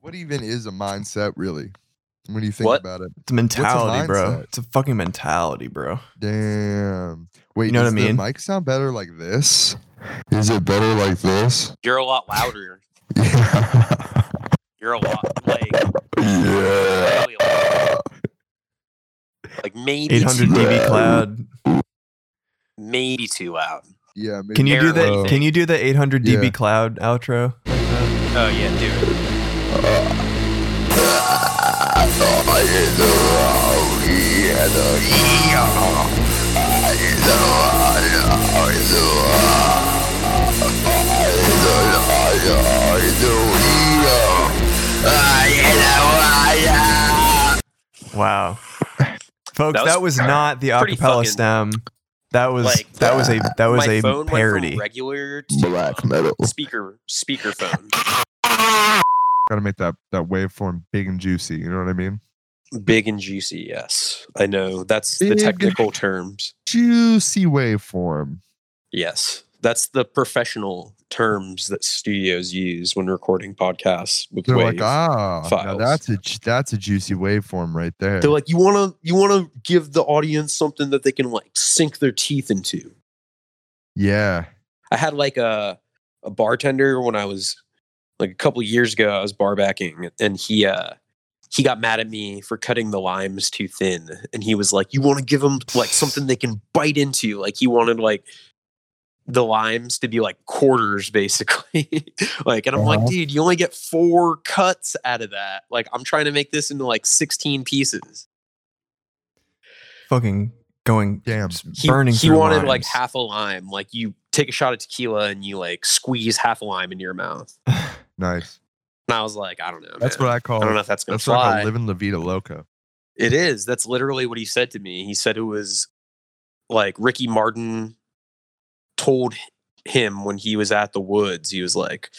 What even is a mindset, really? What do you think What? about it? It's a mentality, bro. mindset? It's a fucking mentality, bro. Damn. Wait, You know what does I mean? the mic sound better like this? Is it better like this? You're a lot louder. Yeah. You're a lot like yeah. really loud. like maybe 800 too, dB cloud. maybe too loud. Yeah. Maybe Can you do Barely. the Can you do the 800 Yeah. dB cloud outro? Oh yeah, dude. Oh, Wow, folks, That that was was, not the pretty acapella fucking- stem. That was like, that was a that was My a phone went parody. from regular to black metal? speaker speaker phone. Gotta make that that waveform big and juicy. You know what I mean? Big and juicy, yes. I know. That's the Big. technical terms. Juicy waveform. Yes. That's the professional terms that studios use when recording podcasts with They're like, Wave. ah, now files. that's a ju- that's a juicy waveform right there. They're like, you wanna you wanna give the audience something that they can like sink their teeth into. yeah. I had like a a bartender when I was like a couple years ago. I was bar backing, and he uh he got mad at me for cutting the limes too thin, and he was like, "You want to give them like something they can bite into." Like he wanted like the limes to be like quarters, basically. like, and I'm like, Uh-huh. dude, you only get four cuts out of that. Like, I'm trying to make this into like 16 pieces. Fucking going Damn. s- He, burning. he through wanted like lines. half a lime. Like you take a shot of tequila and you like squeeze half a lime into your mouth. Nice. And I was like, I don't know. That's man. what I call I don't know if that's gonna that's what I fly. call living La Vida Loca. it is. That's literally what he said to me. He said it was like Ricky Martin told him when he was at the woods. He was like,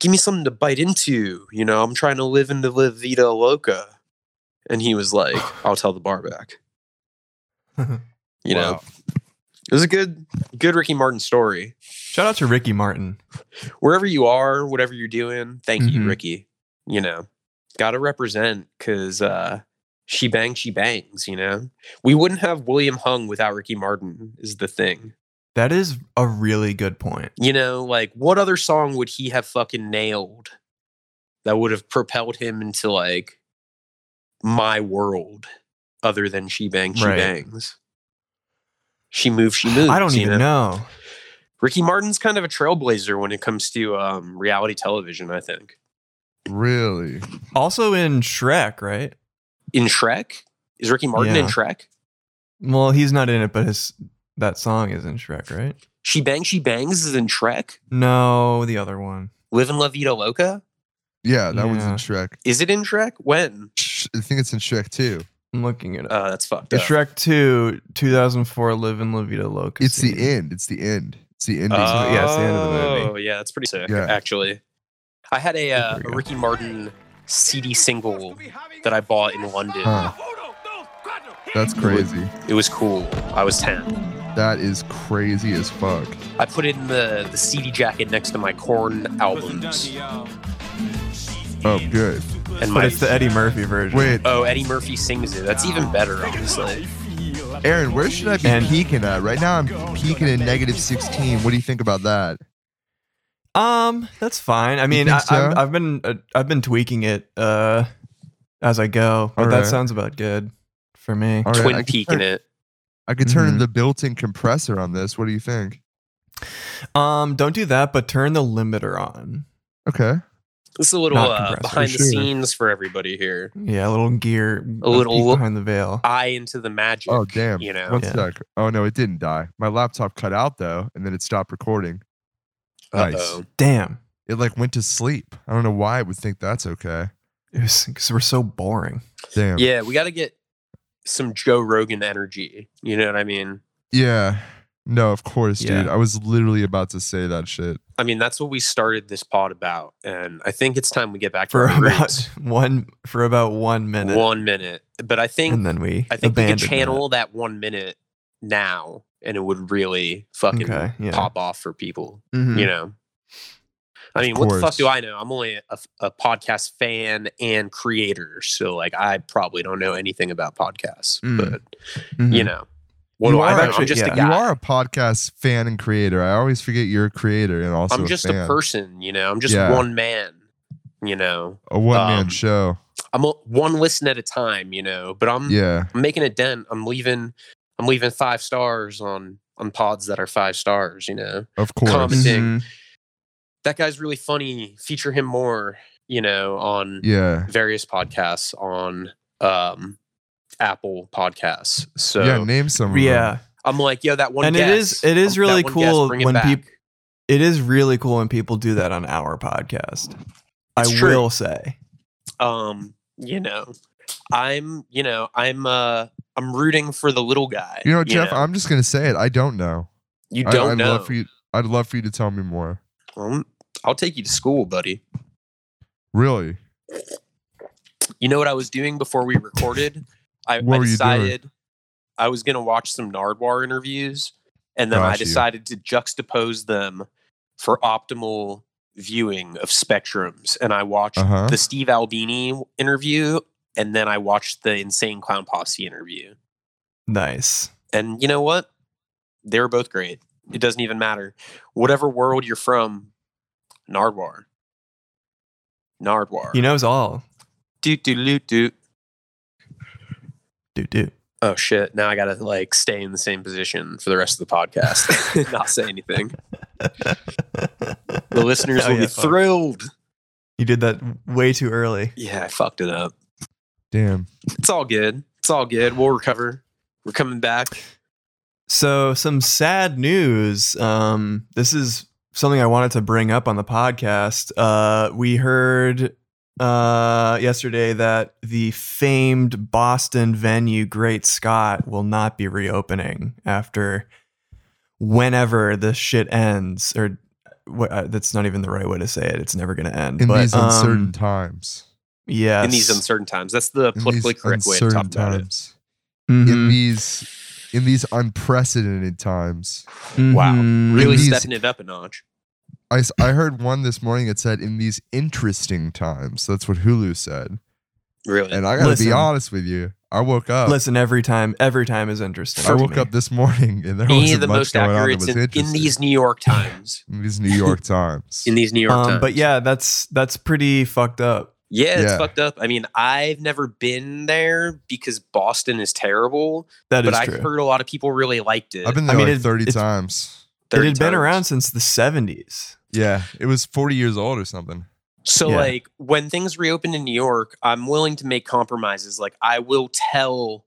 "Give me something to bite into." You know, I'm trying to live into La Vida Loca. And he was like, "I'll tell the bar back." You know, Wow. it was a good, good Ricky Martin story. Shout out to Ricky Martin. wherever you are, whatever you're doing, thank you, Mhm. Ricky. You know, gotta represent because uh, she bangs, she bangs. You know, we wouldn't have William Hung without Ricky Martin. Is the thing. That is a really good point. You know, like what other song would he have fucking nailed that would have propelled him into like my world, other than she bangs, she Right. bangs. She moves, she moves. I don't you even know. Ricky Martin's kind of a trailblazer when it comes to um, reality television. I think. Really? Also in Shrek, right? in Shrek? Is Ricky Martin in Yeah. Shrek? Well, he's not in it, but his that song is in Shrek, right? She Bangs, She Bangs is in Shrek. No, the other one. Live in La Vida Loca? Yeah, that one's in Yeah. Shrek. Is it in Shrek? When? Sh- I think it's in Shrek too. I'm looking it up. Uh, that's fucked The up. Shrek 2, 2004, Live in La Vida Loca. It's the scene. end. It's the end. It's the ending. Oh. yeah, it's the end of the movie. Oh, yeah, that's pretty sick, Yeah. actually. I had a, uh, There we a go. Ricky Martin CD single that I bought in London. Huh. That's crazy. It was cool. I was 10. That is crazy as fuck. I put it in the, the CD jacket next to my Korn albums. Oh, good. And But my, it's the Eddie Murphy version. Wait, oh, Eddie Murphy sings it. That's even better, honestly. Aaron, where should I be And- peaking at? Right now, I'm peaking at negative 16. What do you think about that? Um, that's fine. I mean, I, think I've, so? I've been uh, I've been tweaking it uh as I go, but that Alright. sounds about good for me. All right, I Twin could Peak turn- in it. I could turn Mhm. the built-in compressor on this. What do you think? Um, don't do that, but turn the limiter on. Okay. This is a little Not uh, compressed, for behind the sure. scenes for everybody here. Yeah, a little gear, a little- peek behind the veil. Eye into the magic. Oh, damn. You know, One Yeah. sec. Oh no, it didn't die. My laptop cut out though, and then it stopped recording. Nice. Uh-oh. Damn, It like went to sleep. I don't know why it would think that's okay. it was because we're so boring. Damn. Yeah, we got to get some Joe Rogan energy. You know what I mean? Yeah. No, of course, dude. Yeah. I was literally about to say that shit. I mean, that's what we started this pod about, and I think it's time we get back to for our about roots. one for about one minute, one minute. But I think and then we. I think we could abandoned that. channel that. one minute now, and it would really fucking Okay, yeah. pop off for people. Mhm. You know, I mean, what the fuck Hmm. course. do I know? I'm only a, a podcast fan and creator, so like I probably don't know anything about podcasts. Mm. But you Mm-hmm. know, what You do I are know? actually- I'm just yeah. a Hmm. You guy. are a podcast fan and creator. I always forget you're a creator and also I'm just a, fan. a person. You know, I'm just Yeah. one man. You know, A one man um, show. I'm a, one listen at a time. You know, but I'm Yeah. I'm making a dent. I'm leaving. I'm leaving five stars on on pods that are five stars. You know, Of course. Commenting. Mm-hmm. Mhm. that guy's really funny. Feature him more. You know, on Yeah. various podcasts on um Apple Podcasts. So yeah. Name some. of them. Yeah. I'm like, yo, that one. And it is- guest, it is that really one guest, cool bring it when back. peop- It is really cool when people do that on our podcast. It's I true. will say. um, you know, I'm, you know, I'm, uh, I'm rooting for the little guy. You know, Jeff, know? I'm just gonna say it. I don't know. you I- don't I'd know. Love for you, I'd love for you to tell me more. Um, I'll take you to school, buddy. Really? You know what I was doing before we recorded? I, What I were you doing? decided I was going to watch some Nardwar interviews, and then I Got you. decided to juxtapose them for optimal viewing of spectrums. And I watched Uh-huh. the Steve Albini interview, and then I watched the Insane Clown Posse interview. Nice. And you know what? They were both great. It doesn't even matter. Whatever world you're from, Nardwar. Nardwar. He knows all. doot doot doot doot. Dude, dude. Oh shit! Now I gotta like stay in the same position for the rest of the podcast, not say anything. The listeners Oh, will yeah, be fuck. thrilled. You did that way too early. Yeah, I fucked it up. Damn. It's all good. It's all good. We'll recover. We're coming back. So, some sad news. Um, this is something I wanted to bring up on the podcast. Uh, we heard uh, yesterday that the famed Boston venue Great Scott will not be reopening after whenever this shit ends. Or what, uh, that's not even the right way to say it. It's never going to end. In but, these um, uncertain times. yes. In these uncertain times, that's the In these politically correct way to talk uncertain about it. times. In Mhm. these in these unprecedented times. Wow. Mm-hmm. Mhm. Really These- stepping it up a notch. I, s- I heard one this morning that said in these interesting times. That's what Hulu said. Really. And I gotta Listen. be honest with you. I woke up. Listen, every time, every time is interesting. I to woke me. up this morning and there Any wasn't of the much most going on that accurate was in, in interesting. these New York times. in these New York times. In these New York Um, times. but yeah, that's that's pretty fucked up. Yeah, it's Yeah. fucked up. I mean, I've never been there because Boston is terrible, That is but I've true. heard a lot of people really liked it. I've been I there mean, like it- 30 it's- times. 30 it had been times. around since the seventies. Yeah, it was 40 years old or something. So Yeah. like when things reopen in New York, I'm willing to make compromises. Like I will tell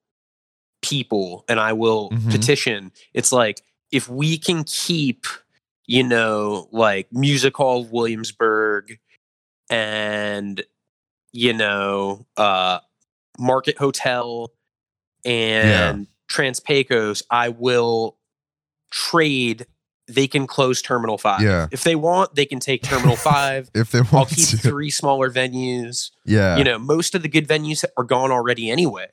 people and I will Mhm. petition. It's like if we can keep, you know, like Music Hall of Williamsburg and you know, uh Market Hotel and Trans Pecos, I will trade they can close Terminal 5. Yeah. If they want, they can take Terminal 5. If they I'll want keep to. three smaller venues. yeah. You know, most of the good venues are gone already anyway.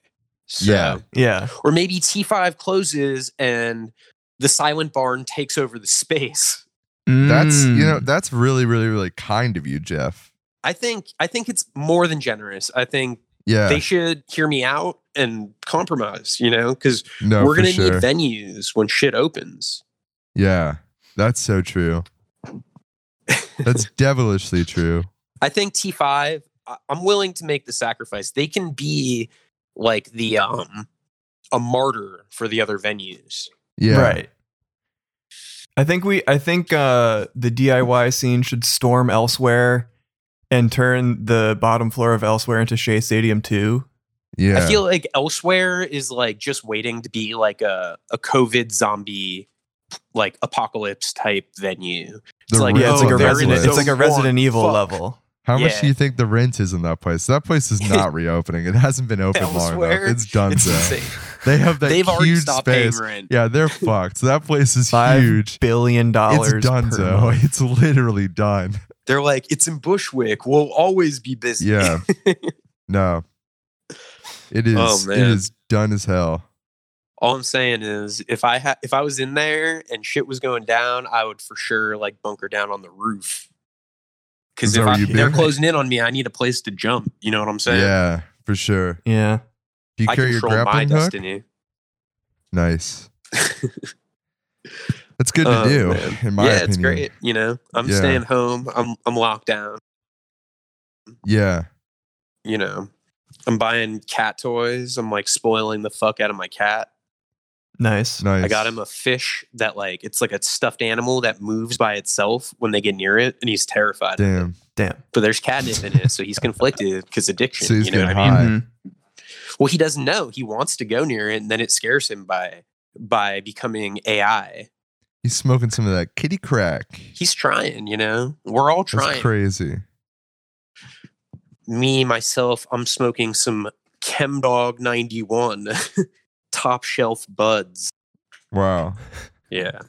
So, Yeah. Yeah, Or maybe T5 closes and the Silent Barn takes over the space. that's you know Mm. that's really really really kind of you, Jeff. I think I think it's more than generous. I think Yeah. they should hear me out and compromise, you know, cuz no, we're for going to sure. need venues when shit opens. yeah. That's so true. That's devilishly true. I think T5, I- I'm willing to make the sacrifice. They can be like the um a martyr for the other venues. Yeah. right. I think we. I think uh, the DIY scene should storm elsewhere and turn the bottom floor of elsewhere into Shea Stadium too. Yeah. I feel like elsewhere is like just waiting to be like a, a COVID zombie like apocalypse type venue. The it's like, rent yeah, it's like on they're a that Resident. place- It's like a Don't Resident want- Evil fuck. level. How much yeah. do you think the rent is in that place? That place is not reopening. It hasn't been open long enough. Elsewhere, It's done. It's so. insane. They have that They've already huge stopped space. paying rent. Yeah, they're fucked. That place is Five huge. Billion dollars. It's done. per So month. it's literally done. They're like, it's in Bushwick. We'll always be busy. Yeah. no. It is. Oh, it man. is done as hell. All I'm saying is if I had if I was in there and shit was going down, I would for sure like bunker down on the Is roof. Because that if where I, you've they're been? closing in on me, I need a place to jump. You know what I'm saying? Yeah, for sure. Yeah. Do you I carry your control my grappling hook? destiny. Nice. That's good to Oh, do, man. in my yeah, opinion. it's great. You know, I'm Yeah. staying home. I'm I'm locked down. Yeah. You know, I'm buying cat toys. I'm like spoiling the fuck out of my cat. Nice. Nice. I got him a fish that like it's like a stuffed animal that moves by itself when they get near it, and he's terrified. of it. Damn. Damn. But there's catnip in it, so he's conflicted because addiction. So he's you know what I getting mean? high. Mhm. Well, he doesn't know. He wants to go near it, and then it scares him by by becoming AI. He's smoking some of that kitty crack. He's trying, you know. We're all That's trying. crazy. Me myself, I'm smoking some ChemDog 91 top shelf buds. Wow. Yeah,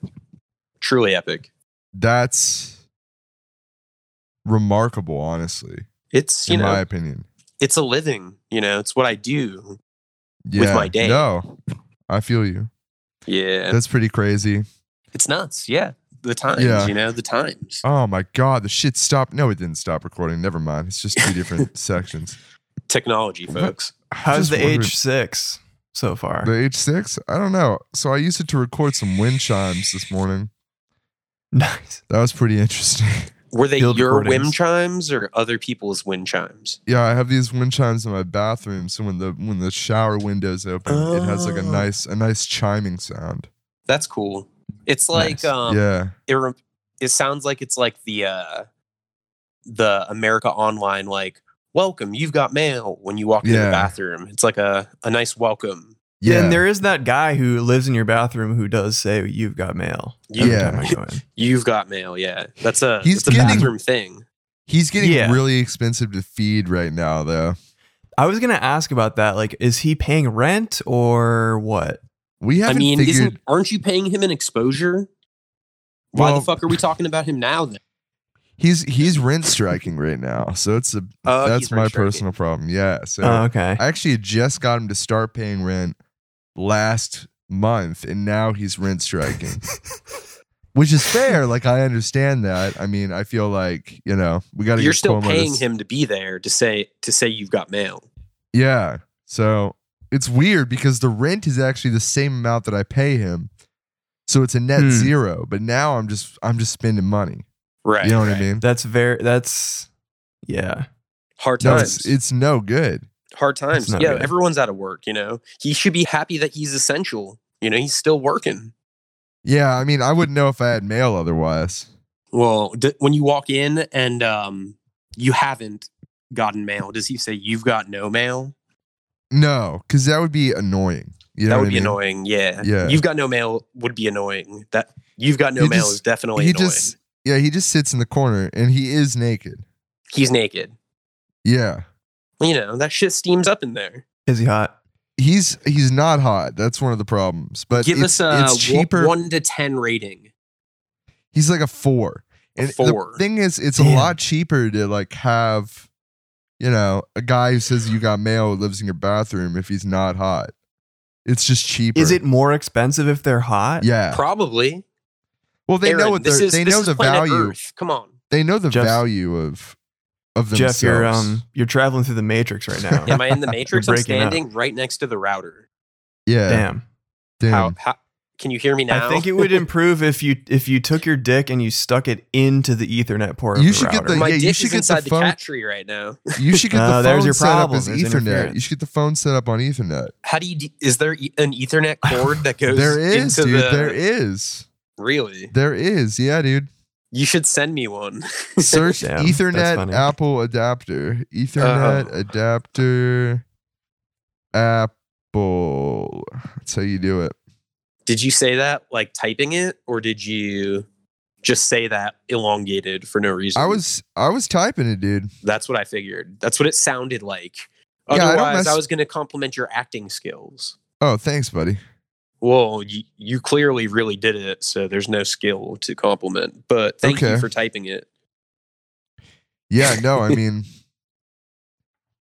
truly epic. That's remarkable, honestly, It's you in know, my opinion. it's a living. You know, it's what I do. Yeah. my day. No, I feel you. Yeah, That's pretty crazy. it's nuts. Yeah, the times. Yeah. You know, the times. Oh my God, the shit stopped. No, it didn't stop recording. Never mind. It's just two different sections. Technology, What? folks. I How's just the wondered- H6 so far? The H6? I don't know. So I used it to record some wind chimes this morning. nice. That was pretty interesting. Were they Field your whim recordings. chimes or other people's wind chimes? Yeah, I have these wind chimes in my bathroom. So when the when the shower windows open, it has like a Oh. nice a nice chiming sound. That's cool. It's like Nice. um, yeah, it rem- it sounds like it's like the uh the America Online like welcome you've got mail when you walk into Yeah. the bathroom. It's like a a nice welcome. yeah. And there is that guy who lives in your bathroom who does say you've got mail. every Yeah. time I go in. You've got mail. Yeah, that's a He's that's a getting- bathroom thing. He's getting Yeah. really expensive to feed right now, though. I was gonna ask about that. Like, is he paying rent or what? We I haven't mean, figured. isn't aren't you paying him an exposure? Why Well- the fuck are we talking about him now? Then he's he's rent striking right now, so it's a Oh, he's that's my rent striking. personal problem. Yeah, so Oh, okay. I actually just got him to start paying rent last month, and now he's rent striking. Which is fair. Like I understand that. I mean, I feel like you know we got to. you're still paying him to be there to say to say you've got mail. Yeah. So it's weird because the rent is actually the same amount that I pay him. So it's a net Hmm. zero. But now I'm just I'm just spending money. Right. you know what right. I mean? That's very. That's yeah. Hard No, times. it's it's no good. hard times. not Yeah, good. everyone's out of work, you know. He should be happy that he's essential. You know, he's still working. Yeah, I mean, I wouldn't know if I had mail otherwise. Well, d- when you walk in and um you haven't gotten mail, does he say you've got no mail? No, because that would be annoying. You know that what would I be mean? annoying. Yeah. Yeah. You've got no mail would be annoying. That you've got no He mail just- is definitely He annoying. just yeah, he just sits in the corner and he is naked. he's naked. Yeah. You know, that shit steams up in there. Is he hot? He's he's not hot. That's one of the problems. But Give it's, us a it's wo- cheaper. one to ten rating. He's like a four. A And four. the thing is, it's a Damn. lot cheaper to like have, you know, a guy who says you got mail who lives in your bathroom if he's not hot. It's just cheaper. Is it more expensive if they're hot? Yeah. Probably. well, they know Aaron, what this they're, is, they this know is the planet value. Earth. Come on. They know the Jeff's- value of of themselves. Jeff, you're um, you're traveling through the matrix right now. Am I in the matrix? I'm breaking up. standing right next to the router. yeah. Damn. damn. How, how can you hear me now? I think it would improve if you if you took your dick and you stuck it into the Ethernet port. You of the should get router. the- my yeah, you dick should is get the inside the, phone- cat tree right now. You should get the Oh, phone there's your set up problem. as There's Ethernet. interference. You should get the phone set up on Ethernet. How do you? De- is there e- an Ethernet cord that goes? There is, into dude. The- There is. Really? There is. Yeah, dude. You should send me one. Search Damn, that's Ethernet funny. Apple adapter. Ethernet Oh. adapter. Apple. That's how you do it. did you say that like typing it, or did you just say that elongated for no reason? I was I was typing it, dude. That's what I figured. That's what it sounded like. Yeah, I don't Otherwise, I mess- was going to compliment your acting skills. Oh, thanks, buddy. Well, you, you clearly really did it, so there's no skill to compliment. But thank you Okay. for typing it. Yeah, no, I mean,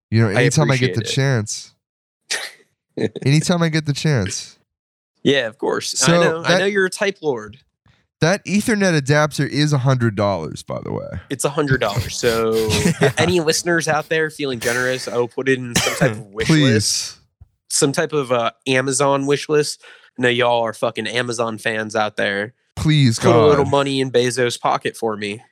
you know, I anytime I, get the appreciate it. chance. anytime I get the chance. Yeah, of course. So I know. I that- know you're a type lord. That Ethernet adapter is hundred dollars, by the way. It's a hundred dollars. So Yeah. any listeners out there feeling generous, I will put it in some type of wish list, Please. some type of uh, Amazon wish list. I know y'all are fucking Amazon fans out there. Please Put a little God. money in Bezos' pocket for me.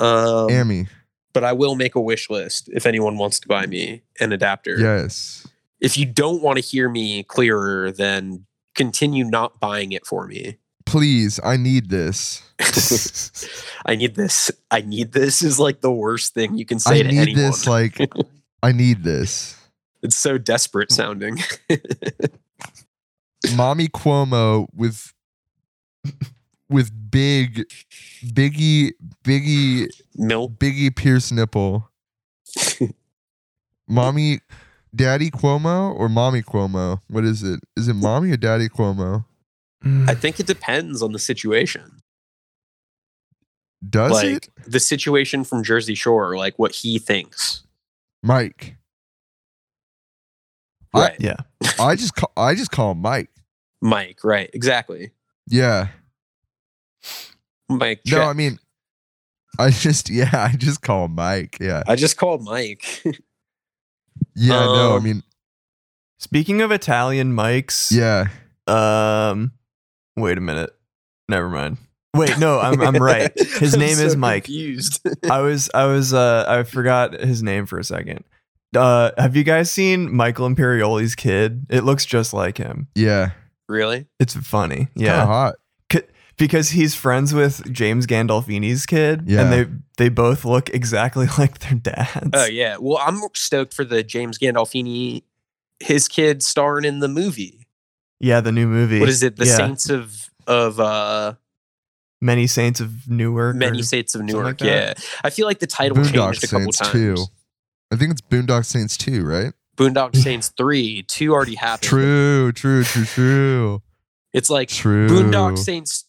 Um, Amy. but I will make a wish list if anyone wants to buy me an adapter. Yes. If you don't want to hear me clearer, then continue not buying it for me. Please. I need this. I need this. I need this is like the worst thing you can say I to need anyone. this. Like I need this. it's so Mm. desperate sounding. Mommy Cuomo with with big biggie biggie Milk. biggie Pierce nipple. Mommy Daddy Cuomo or Mommy Cuomo? What is it? Is it Mommy or Daddy Cuomo? I think it depends on the situation. Does like it? the situation from Jersey Shore, like what he thinks. Mike. I- Right. yeah. I just call I just call him Mike. Mike, right. Exactly. Yeah. Mike. No, check. I mean I just yeah, I just call him Mike. Yeah. I just called Mike. Yeah, no, I Um, mean Speaking of Italian mics, yeah. Um, wait a minute. Never mind. Wait, no, I'm I'm right. His I'm name so is Mike. Confused. I was I was uh I forgot his name for a second. Uh, have you guys seen Michael Imperioli's kid? It looks just like him. Yeah. really? It's funny, Kinda yeah, hot. because he's friends with James Gandolfini's kid, Yeah. and they they both look exactly like their dads. Oh yeah. Well, I'm stoked for the James Gandolfini, his kid starring in the movie. Yeah, the new movie. What is it? The yeah. Saints of of uh Many Saints of Newark. Many or- Saints of something Newark. like yeah. that. I feel like the title changed a couple times. two. I think it's Boondock Saints two, right? Boondock Saints three, two already happened. True, true, true, true, It's like true. Boondock Saints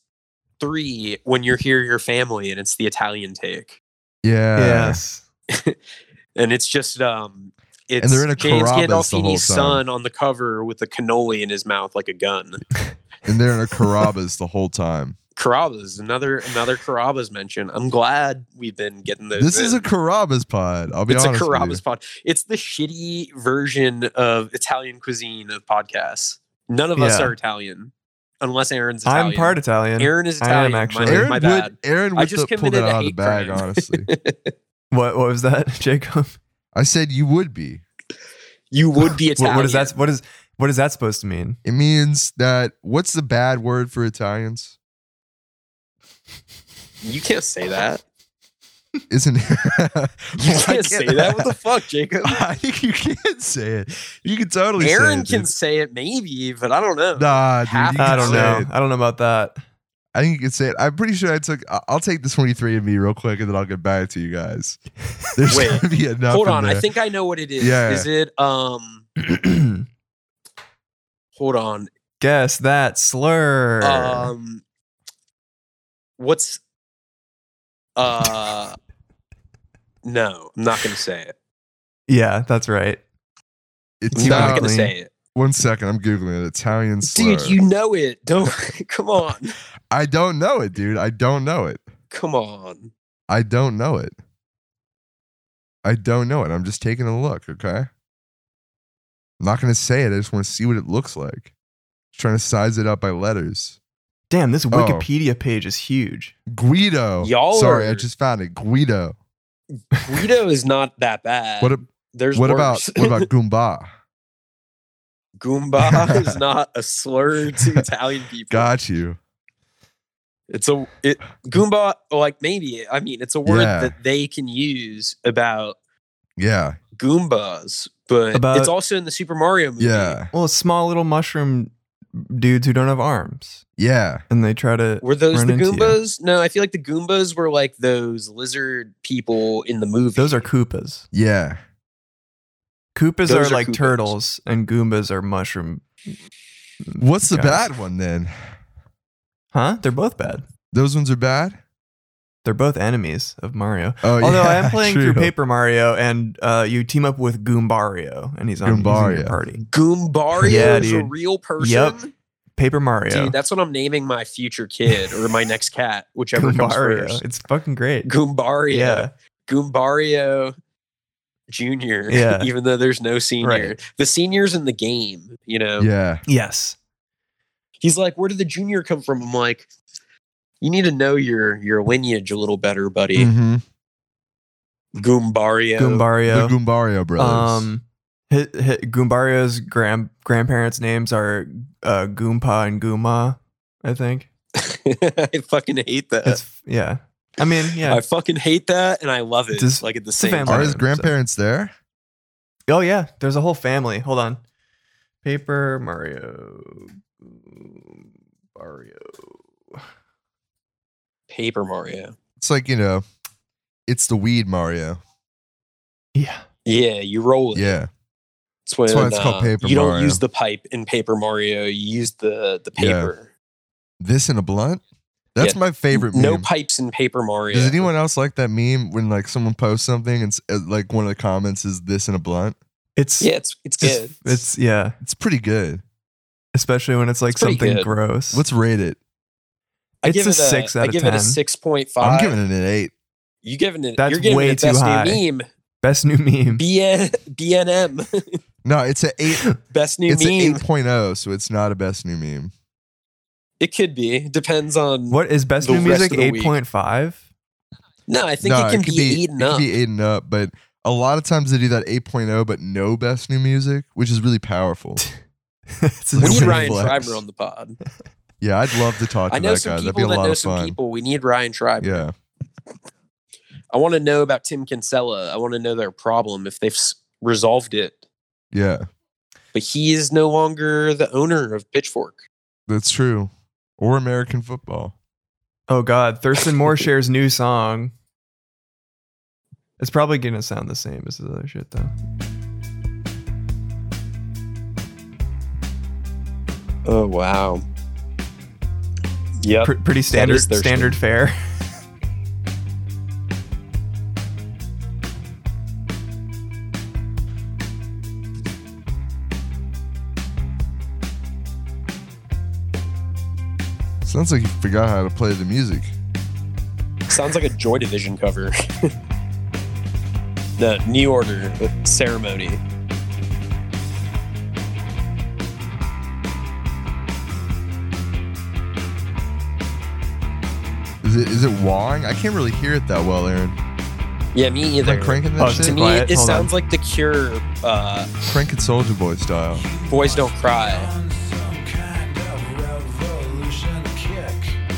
three when you're here, your family, and it's the Italian take, Yeah. Yes. and it's just um, it's they're in a James Carrabba's the whole Gandolfini's time. son on the cover with a cannoli in his mouth like a gun. And they're in a Carrabba's the whole time. Carrabba's another another Carrabba's mention. I'm glad we've been getting those. This is a in. Carrabba's pod. I'll be it's a honest. with you. Carrabba's pod. It's the shitty version of Italian cuisine of podcasts. None of us Yeah. are Italian, unless Aaron's Italian. I'm part Italian. Aaron is I am Italian. actually. My, Aaron my would bad. Aaron I would just pull committed that a out of the hate bag, crime. honestly. What what was that, Jacob? I said you would be. You would be Italian. What, what is that? What is what is that supposed to mean? It means that what's the bad word for Italians? You can't say that. Isn't it? You can't say that. What the fuck, Jacob? I think you can say it. You can totally Aaron say it. can dude. say it maybe, but I don't know. Nah, dude, you Half- can I don't say know. it. I don't know about that. I think you could say it. I'm pretty sure I took. I- I'll take the 23 and me real quick, and then I'll get back to you guys. There's Wait, gonna be enough. Hold in on. I there. think I know what it is. Yeah. Is it um hold on. Guess that slur. Um what's uh no, I'm not gonna say it. yeah, that's right. it's I'm not not. gonna Exactly. say it. One second, I'm googling it. Italian slur. Dude, you know it. Don't come on. I don't know it, dude. I don't know it. Come on. I don't know it. I don't know it. I'm just taking a look. Okay. I'm not gonna say it. I just want to see what it looks like. Just trying to size it up by letters. Damn, Oh. this Wikipedia page is huge. Guido. Y'all Sorry, I are- just found it. Guido. Guido is not that bad. What? a- There's What about? worse. What about Goomba? Goomba is not a slur to Italian people. Got you. It's a it Goomba like maybe I mean it's a word Yeah. that they can use about Yeah. Goombas, but About- it's also in the Super Mario movie. Yeah. Well, small little mushroom dudes who don't have arms, Yeah. and they try to. Were those Run the into you. Goombas? No, I feel like the Goombas were like those lizard people in the movie. Those are Koopas. Yeah. Koopas Those are, are like Koopas. turtles, and Goombas are mushroom. What's the guys. bad one then? Huh? They're both bad. Those ones are bad. They're both enemies of Mario. Oh, Although I yeah, am playing true. through Paper Mario, and uh, you team up with Goombario, and he's on he's in your Goombario. party. Goombario Yeah, is a dude. real person. Yep. Paper Mario. Dude, that's what I'm naming my future kid or my next cat, whichever comes Goombario. first. It's fucking great. Goombario. Yeah. Goombario Junior. Yeah. even though there's no senior. Right. The senior's in the game, you know. Yeah. Yes. He's like, Where did the junior come from? I'm like, you need to know your your lineage a little better, buddy. Mm. Mm-hmm. Goombario. The Goombario. Goombario brothers. Um, hi hi Goombario's grand grandparents' names are uh, Goompa and Gooma. I think I fucking hate that. it's yeah. I mean, yeah. I fucking hate that, and I love it. Does- like at the a same family. time. Are his grandparents there? oh yeah. There's a whole family. Hold on. Paper Mario. Mario. Paper Mario. It's like, you know, it's the weed Mario. Yeah. Yeah, you roll it. Yeah. That's, when, That's why it's called uh, Paper You don't Mario. use the pipe in Paper Mario. You use the the Yeah. paper. This and a blunt? That's my favorite meme. No pipes in Paper Mario. Does anyone else like that meme when like someone posts something and s- uh, like one of the comments is this and a blunt? It's Yeah, it's it's good. It's, it's yeah, It's pretty good. especially when it's like It's pretty something good. gross. Let's rate it. I it's give a it six out I of give it 10. a six point five. I'm giving it an eight. you giving it. That's you're giving way it too best high. new meme. best new meme. BN, BNM. No, it's a eight. best new it's an meme. 8.0, oh, so it's not a best new meme. It could be. Depends on What is best The new rest music? of the Eight week. point five. No, I think no, it can could be, eaten it could up. be eight and up, but a lot of times they do that 8.0 but no best new music, which is really powerful. it's We we need Nobody Ryan flex. Schreiber on the pod. yeah, I'd love to talk to I that know guy. some That'd be a people that lot know of some fun. people. We need Ryan Schreiber. Yeah. I want to know about Tim Kinsella. I want to know their problem if they've s- resolved it. Yeah. But he is no longer the owner of Pitchfork. That's true. Or American football. Oh God, Thurston Moore shares new song. It's probably gonna sound the same as the other shit though. Oh wow. Yep. Pr- pretty standard is Thurston. standard fare. Sounds like you forgot how to play the music. Sounds like a Joy Division cover. the New Order uh, ceremony. Is it is it Wong? I can't really hear it that well, Aaron. Yeah, me Am I either. cranking that Oh, it's to shit? me, Quiet, it hold on. sounds like the Cure. Uh, Cranking Soldier Boy style. Boys don't cry.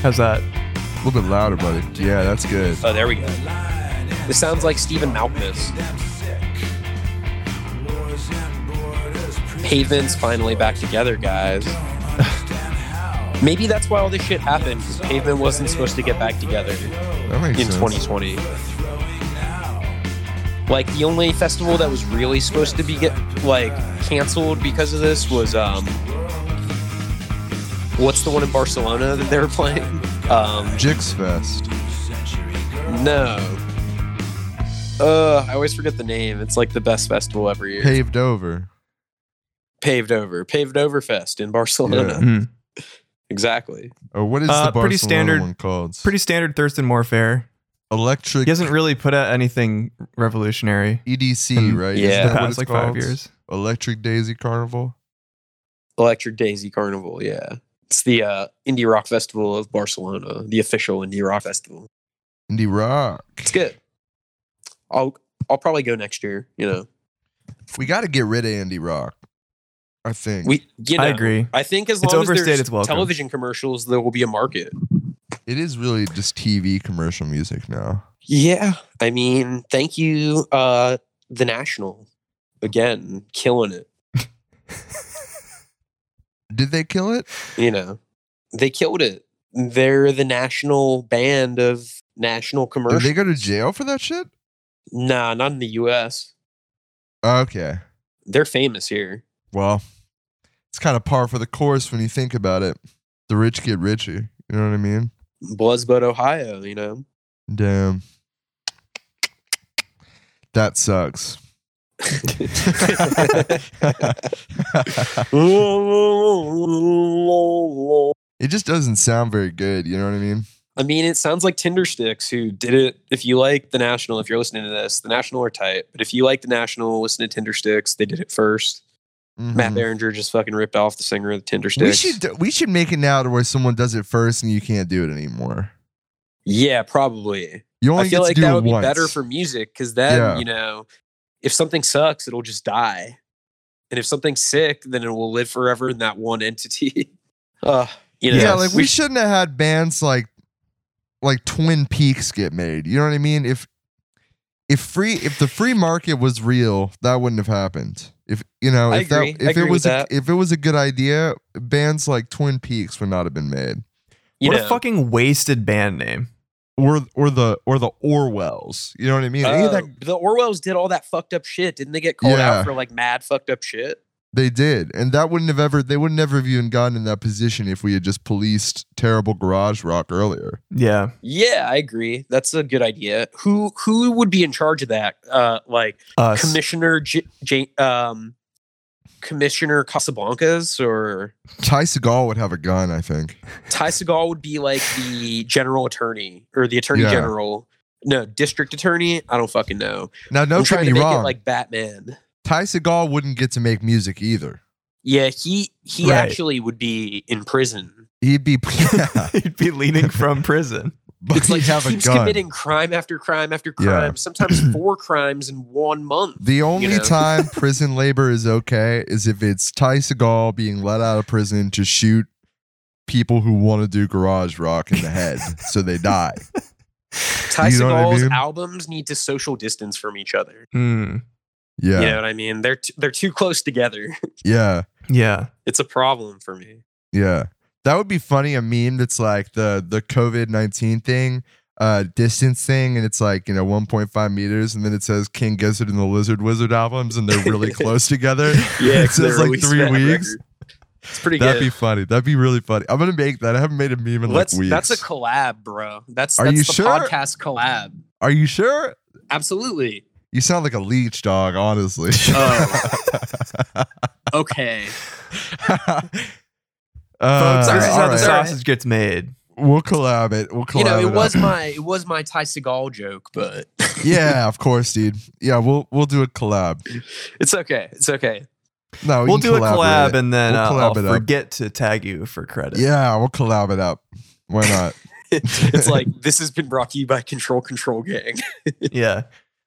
How's that? A little bit louder, buddy. Yeah, that's good. Oh, there we go. This sounds like Stephen Malkmus. Haven's finally back together, guys. Maybe that's why all this shit happened, because Pavement wasn't supposed to get back together That makes in sense. 2020. Like the only festival that was really supposed to be get like canceled because of this was um, what's the one in Barcelona that they were playing? Um, Jix Fest. no. Uh, I always forget the name. It's like the best festival every year. Paved over. Paved over, Paved Over Fest in Barcelona. Yeah. Hmm. Exactly. Or Oh, what is Uh, the Barcelona pretty standard- one called? Pretty standard Thurston Moore fare. electric He hasn't really put out anything revolutionary. EDC, right? Yeah. Isn't that in the what Um, past it's like called? five years. Electric Daisy Carnival. Electric Daisy Carnival. Yeah, it's the uh, indie rock festival of Barcelona, the official indie rock festival. Indie rock. It's good. I'll I'll probably go next year. You know, We got to get rid of indie rock. I think. we. You know, I agree. I think as It's long as overstated, there's it's welcome. television commercials, there will be a market. it is really just TV commercial music now. Yeah, I mean, thank you, uh, the National, again, killing it. Did they kill it? you know, they killed it. They're the national band of national Did commercials. they go to jail for that shit? nah, not in the U.S. Okay. They're famous here. Well, it's kind of par for the course when you think about it. The rich get richer. You know what I mean? Bloodsport, Ohio. You know, Damn. That sucks. it just doesn't sound very good. You know what I mean? I mean, it sounds like Tinder Sticks, who did it. If you like the National, if you're listening to this, the National are tight. But if you like the National, listen to Tinder Sticks. They did it 1st Matt Mhm. Berenger just fucking ripped off the singer of the Tinder We Sticks. should we should make it now to where someone does it first and you can't do it anymore. yeah, probably. You only I feel get like to do that it would once. be better for music because then Yeah. you know, if something sucks, it'll just die, and if something's sick, then it will live forever in that one entity. uh, you know, yeah, like we should. shouldn't have had bands like like Twin Peaks get made. You know what I mean? If if free if the free market was real, that wouldn't have happened. If you know, I if that agree. I if agree it with was a, that. if it was a good idea, bands like Twin Peaks would not have been made. you what know, a fucking wasted band name. Or or the or the Orwells. You know what I mean? Any of uh, that- the Orwells did all that fucked up shit. Didn't they get called Yeah. out for like mad fucked up shit? They did, and that wouldn't have ever. They would never have even gotten in that position if we had just policed terrible garage rock earlier. Yeah. Yeah, I agree. That's a good idea. Who who would be in charge of that? Uh, like Us. Commissioner J, J, um, Commissioner Casablancas or Ty Segal would have a gun, I think. Ty Segal would be like the general attorney or the attorney Yeah. general. No, district attorney. I don't fucking know. Now, I'm don't get trying me to make wrong. it like Batman. Ty Segal wouldn't get to make music either. Yeah, he he Right. actually would be in prison. He'd be, yeah, He'd be leading from prison. but It's like he'd have he a keeps gun. committing crime after crime after Yeah. crime. Sometimes four crimes in one month. the only know. time prison labor is okay is if it's Ty Segal being let out of prison to shoot people who want to do garage rock in the head, so they die. Ty You know what I Segal's mean? albums need to social distance from each other. Hmm. Yeah, You know what I mean? They're t- they're too close together. yeah. Yeah. it's a problem for me. Yeah. That would be funny a meme that's like the the COVID-19 thing, uh distance thing and it's like, you know, 1.5 meters and then it says King Gizzard and the Lizard Wizard albums and they're really close together. Yeah, It 'cause they says like released 3 that weeks. record. It's pretty That'd be good. funny. That'd be really funny. I'm going to make that. I haven't made a meme in Let's, like weeks. that's a collab, bro. That's Are that's you the sure? podcast collab. Are you sure? Absolutely. You sound like a leech dog, honestly. Oh. Okay. Uh, Folks, Uh, all this right, is how all the right. sausage gets made. We'll collab it. We'll collab you know, it it up. was my it was my Ty Segal joke, but yeah, of course, dude. Yeah, we'll we'll do a collab. it's okay. It's okay. No, we We'll Oh, can do a collaborate. collab and then We'll uh, collab I'll it up. forget to tag you for credit. Yeah, we'll collab it up. Why not? it's like this has been brought to you by Control Control Gang. yeah.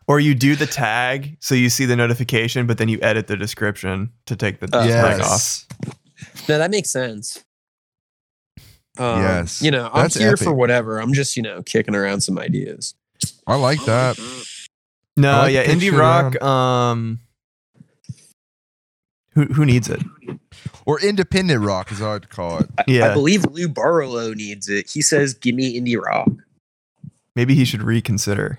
Or you do the tag so you see the notification, but then you edit the description to take the Uh, tag off. Oh, yes. No, that makes sense. Um, Yes. You know, I'm That's here for epic. whatever. I'm just, you know, kicking around some ideas. I like that. Mm-hmm. I No, like yeah, to indie picture rock. Um, who who needs it? Or independent rock is how I'd call it. I Yeah, believe Lou Barlow needs it. He says, give me indie rock. maybe he should reconsider.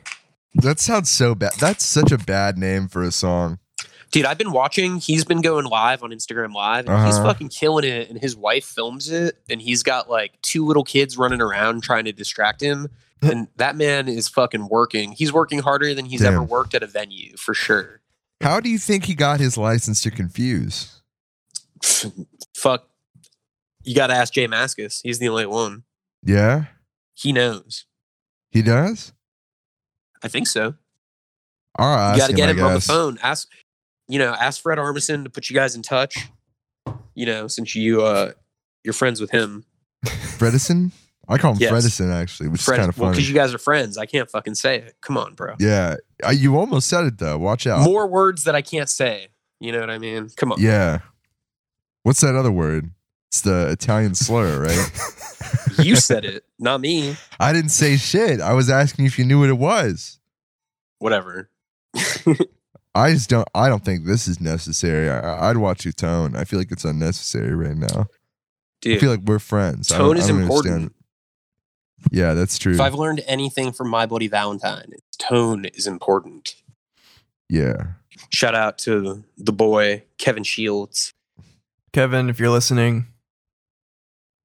That sounds so bad. That's such a bad name for a song. Dude, I've been watching. He's been going live on Instagram Live. And He's Uh-huh. fucking killing it. And his wife films it. And he's got like two little kids running around trying to distract him. And that man is fucking working. He's working harder than he's ever Damn. worked at a venue for sure. How do you think he got his license to confuse? Fuck. You got to ask Jay Maskus. He's the only one. Yeah, He knows. he does. I think so. All right, you got to get him on the phone. Ask, you know, ask Fred Armisen to put you guys in touch. You know, since you uh, you're friends with him, Fredison. I call him Yes. Fredison actually, which Fred. is kind of well, funny. because you guys are friends, I can't fucking say it. Come on, bro. yeah, Uh, you almost said it though. Watch out. More words that I can't say. You know what I mean? Come on. yeah. What's that other word? It's the Italian slur, right? you said it, not me. I didn't say shit. I was asking if you knew what it was. Whatever. I just don't. I don't think this is necessary. I, I'd watch your tone. I feel like it's unnecessary right now. I Dude, feel like we're friends. I tone don't- I is don't important. understand. Yeah, that's true. If I've learned anything from My Bloody Valentine, it's tone is important. yeah, Shout out to the boy Kevin Shields. Kevin, if you're listening,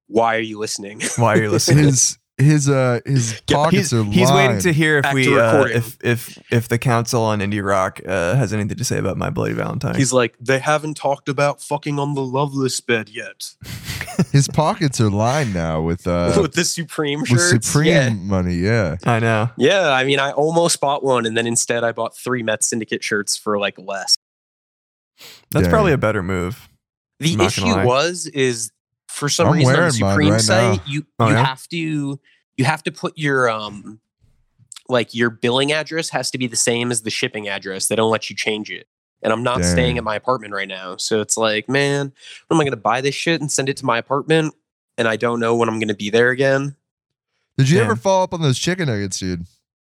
Why are you listening? why are you and listening? his his uh his Yeah, pockets He's, are he's waiting lined. to hear if Back we to uh, recording. if if if the council on indie rock uh, has anything to say about my bloody Valentine. He's like, they haven't talked about fucking on the loveless bed yet. his pockets are lined now with uh With the Supreme with shirts. Supreme Yeah. money. Yeah, I know. Yeah, I mean, I almost bought one, and then instead I bought three Met Syndicate shirts for like less. That's Dang. probably a better move. The I'm not gonna issue lie. was is for some I'm reason on the wearing mine Supreme right now. site you Oh, you yeah? have to you have to put your um like your billing address has to be the same as the shipping address. They don't let you change it. And I'm not Dang. staying at my apartment right now, so it's like, man, when am I going to buy this shit and send it to my apartment? And I don't know when I'm going to be there again. did you Damn. ever follow up on those chicken nuggets, dude?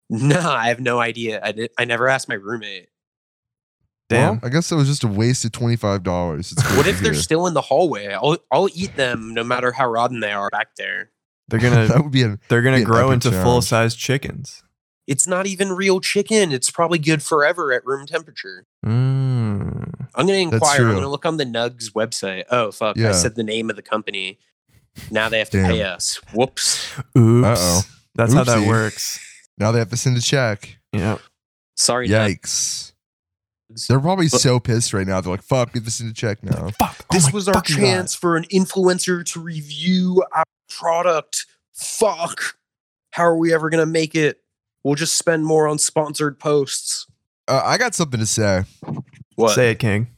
Nah, I have no idea. I did, I never asked my roommate. Damn. Well, I guess that was just a wasted twenty five dollars. What if they're still in the hallway? I'll I'll eat them no matter how rotten they are back there. they're gonna that would be an they're gonna be an grow epic into challenge. full size chickens. It's not even real chicken. It's probably good forever at room temperature. Mm. I'm gonna That's inquire. I'm true. gonna look on the Nugs website. Oh fuck! Yeah. I said the name of the company. Now they have to Damn. pay us. Whoops. Oops. Uh-oh. That's how that Oopsie. works. now they have to send a check. Yeah. Sorry, Yikes! Nugs. They're probably But- so pissed right now. They're like, "Fuck, we have to send a check now." Fuck. This was our chance for an influencer to review our product. Fuck. How are we ever gonna make it? We'll just spend more on sponsored posts. Uh, I got something to say. What? Say it, King.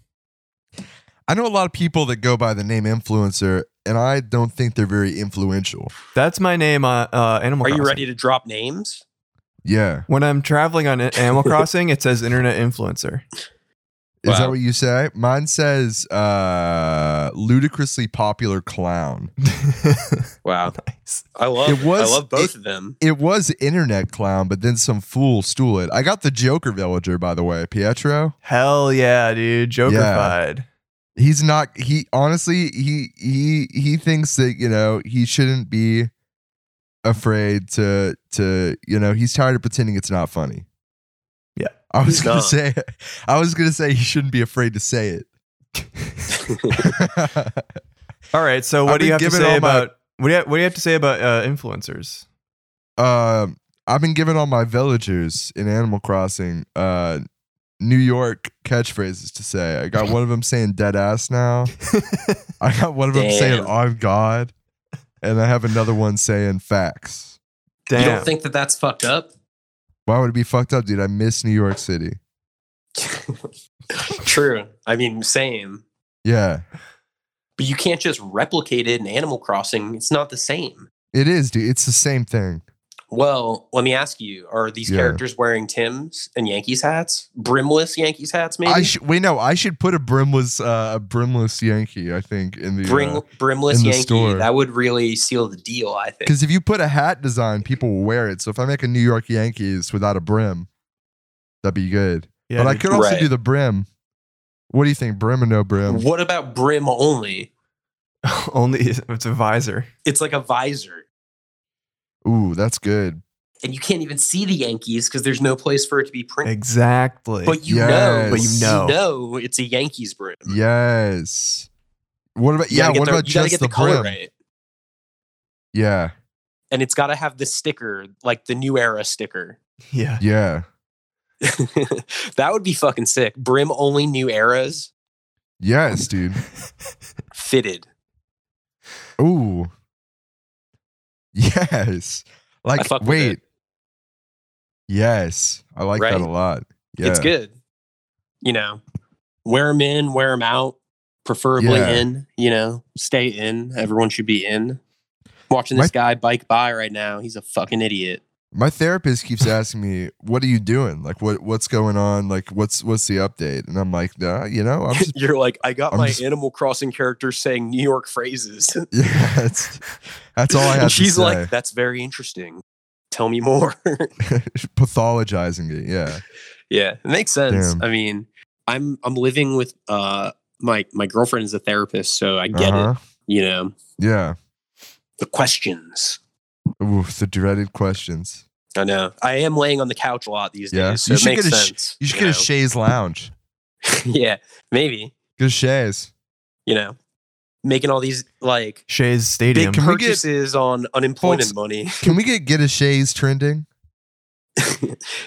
I know a lot of people that go by the name influencer, and I don't think they're very influential. That's my name on uh, Animal are you Crossing. ready to drop names? Yeah, When I'm traveling on a- Animal Crossing, it says internet influencer. is that Wow. what you say? Mine says uh, ludicrously popular clown. Wow, nice. I love It was- I love both it- of them. It was internet clown, but then some fool stole it. I got the Joker villager, by the way, Pietro. Hell yeah, dude. Jokerfied. He's not. He honestly, he he he thinks that you know he shouldn't be afraid to to you know he's tired of pretending it's not funny. Yeah. I was He's gonna not. say, I was gonna say he shouldn't be afraid to say it. All right. So I've what do been you have to given say all my- about what do you, what do you have to say about uh, influencers? um, I've been giving all my villagers in Animal Crossing uh, New York catchphrases to say. I got one of them saying "dead ass" now. I got one of them saying Damn. "on God," and I have another one saying "facts." Damn. You don't think that that's fucked up? Why would it be fucked up, dude? I miss New York City. True. I mean, same. Yeah, But you can't just replicate it in Animal Crossing. It's not the same. it is, dude. It's the same thing. Well, let me ask you: Are these Yeah. characters wearing Tim's and Yankees hats? Brimless Yankees hats, maybe. I sh- wait, no, I should put a brimless, uh, a brimless Yankee. I think in the uh, Bring in brimless the Yankee. store. That would really seal the deal, I think. because if you put a hat design, people will wear it. So if I make a New York Yankees without a brim, that'd be good. Yeah, but I dude. could also Right. do the brim. What do you think, brim or no brim? What about brim only? only it's a visor. It's like a visor, Ooh, that's good. and you can't even see the Yankees because there's no place for it to be printed. Exactly. But you know, Yes. But you know. know it's a Yankees brim. Yes. What about You yeah? gotta get What the- about you gotta just get the, the, color brim? right? Yeah, And it's gotta have the sticker, like the new era sticker. yeah. yeah, that would be fucking sick. Brim only new eras yes, dude. fitted. Ooh, yes. Like fuck with wait. it. Yes, I like that Right? a lot. Yeah, It's good. You know, wear them in, wear them out, preferably Yeah. in, you know, stay in. Everyone should be in. Watching this My- guy bike by right now. He's a fucking idiot. My therapist keeps asking me, "What are you doing? Like, what what's going on? Like, what's what's the update?" And I'm like, "Nah, you know, I'm just You're like, I got I'm my just- Animal Crossing character saying New York phrases. yeah, that's that's all I have." And to she's say. like, that's very interesting. Tell me more. pathologizing it. Yeah. Yeah, it makes sense. Damn. I mean, I'm I'm living with uh my my girlfriend is a therapist, so I get Uh-huh. it. You know Yeah. the questions. Ooh, the dreaded questions. I know. I am laying on the couch a lot these Yeah. days, so You it should makes get a sh- sense. You should get a know? chaise lounge. yeah, maybe. Get a chaise. You know, making all these like Shays Stadium. big Can we get- purchases on unemployment Folks- money. Can we get get a Shays trending?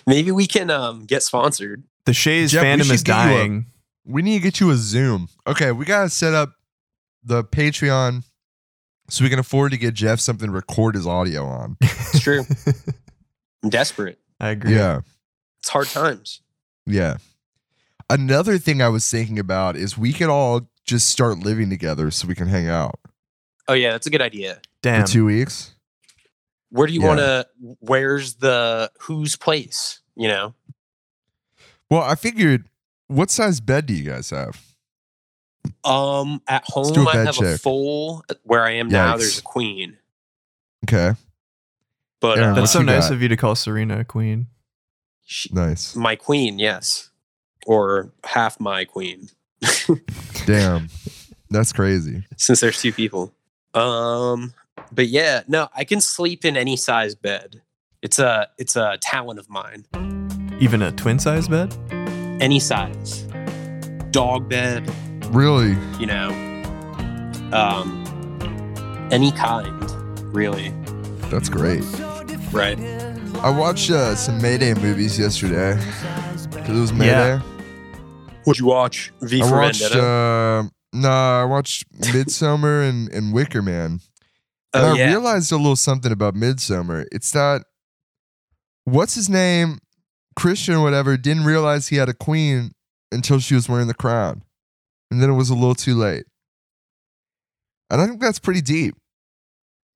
Maybe we can um, get sponsored. the Shays Jeff, we fandom is should get you a- dying. We need to get you a Zoom. Okay, we gotta set up the Patreon so we can afford to get Jeff something to record his audio on. It's true. I'm desperate. I agree. Yeah, It's hard times. yeah. Another thing I was thinking about is we could all just start living together so we can hang out Oh yeah, that's a good idea. Damn. for two weeks. Where do you Yeah. want to? Where's the whose place? You know, Well, I figured, what size bed do you guys have? um, at do home a I bed have a check. full. Where I am now, Yikes. there's a queen. Okay, But Aaron, uh, what That's so you nice got? of you to call Serena a queen. she, nice. my queen, yes, or half my queen, Damn, that's crazy. since there's two people. Um, but yeah, no, I can sleep in any size bed. It's a it's a talent of mine. Even a twin size bed? any size dog bed Really, you know um any kind really that's great. right I watched uh, some Mayday movies yesterday because it was Mayday. Yeah. would you watch v I for watched. vendetta Uh, no, I watched Midsummer and and Wicker Man. And oh I yeah realized a little something about Midsummer. It's that what's his name, Christian, whatever, didn't realize he had a queen until she was wearing the crown, and then it was a little too late. And I think that's pretty deep.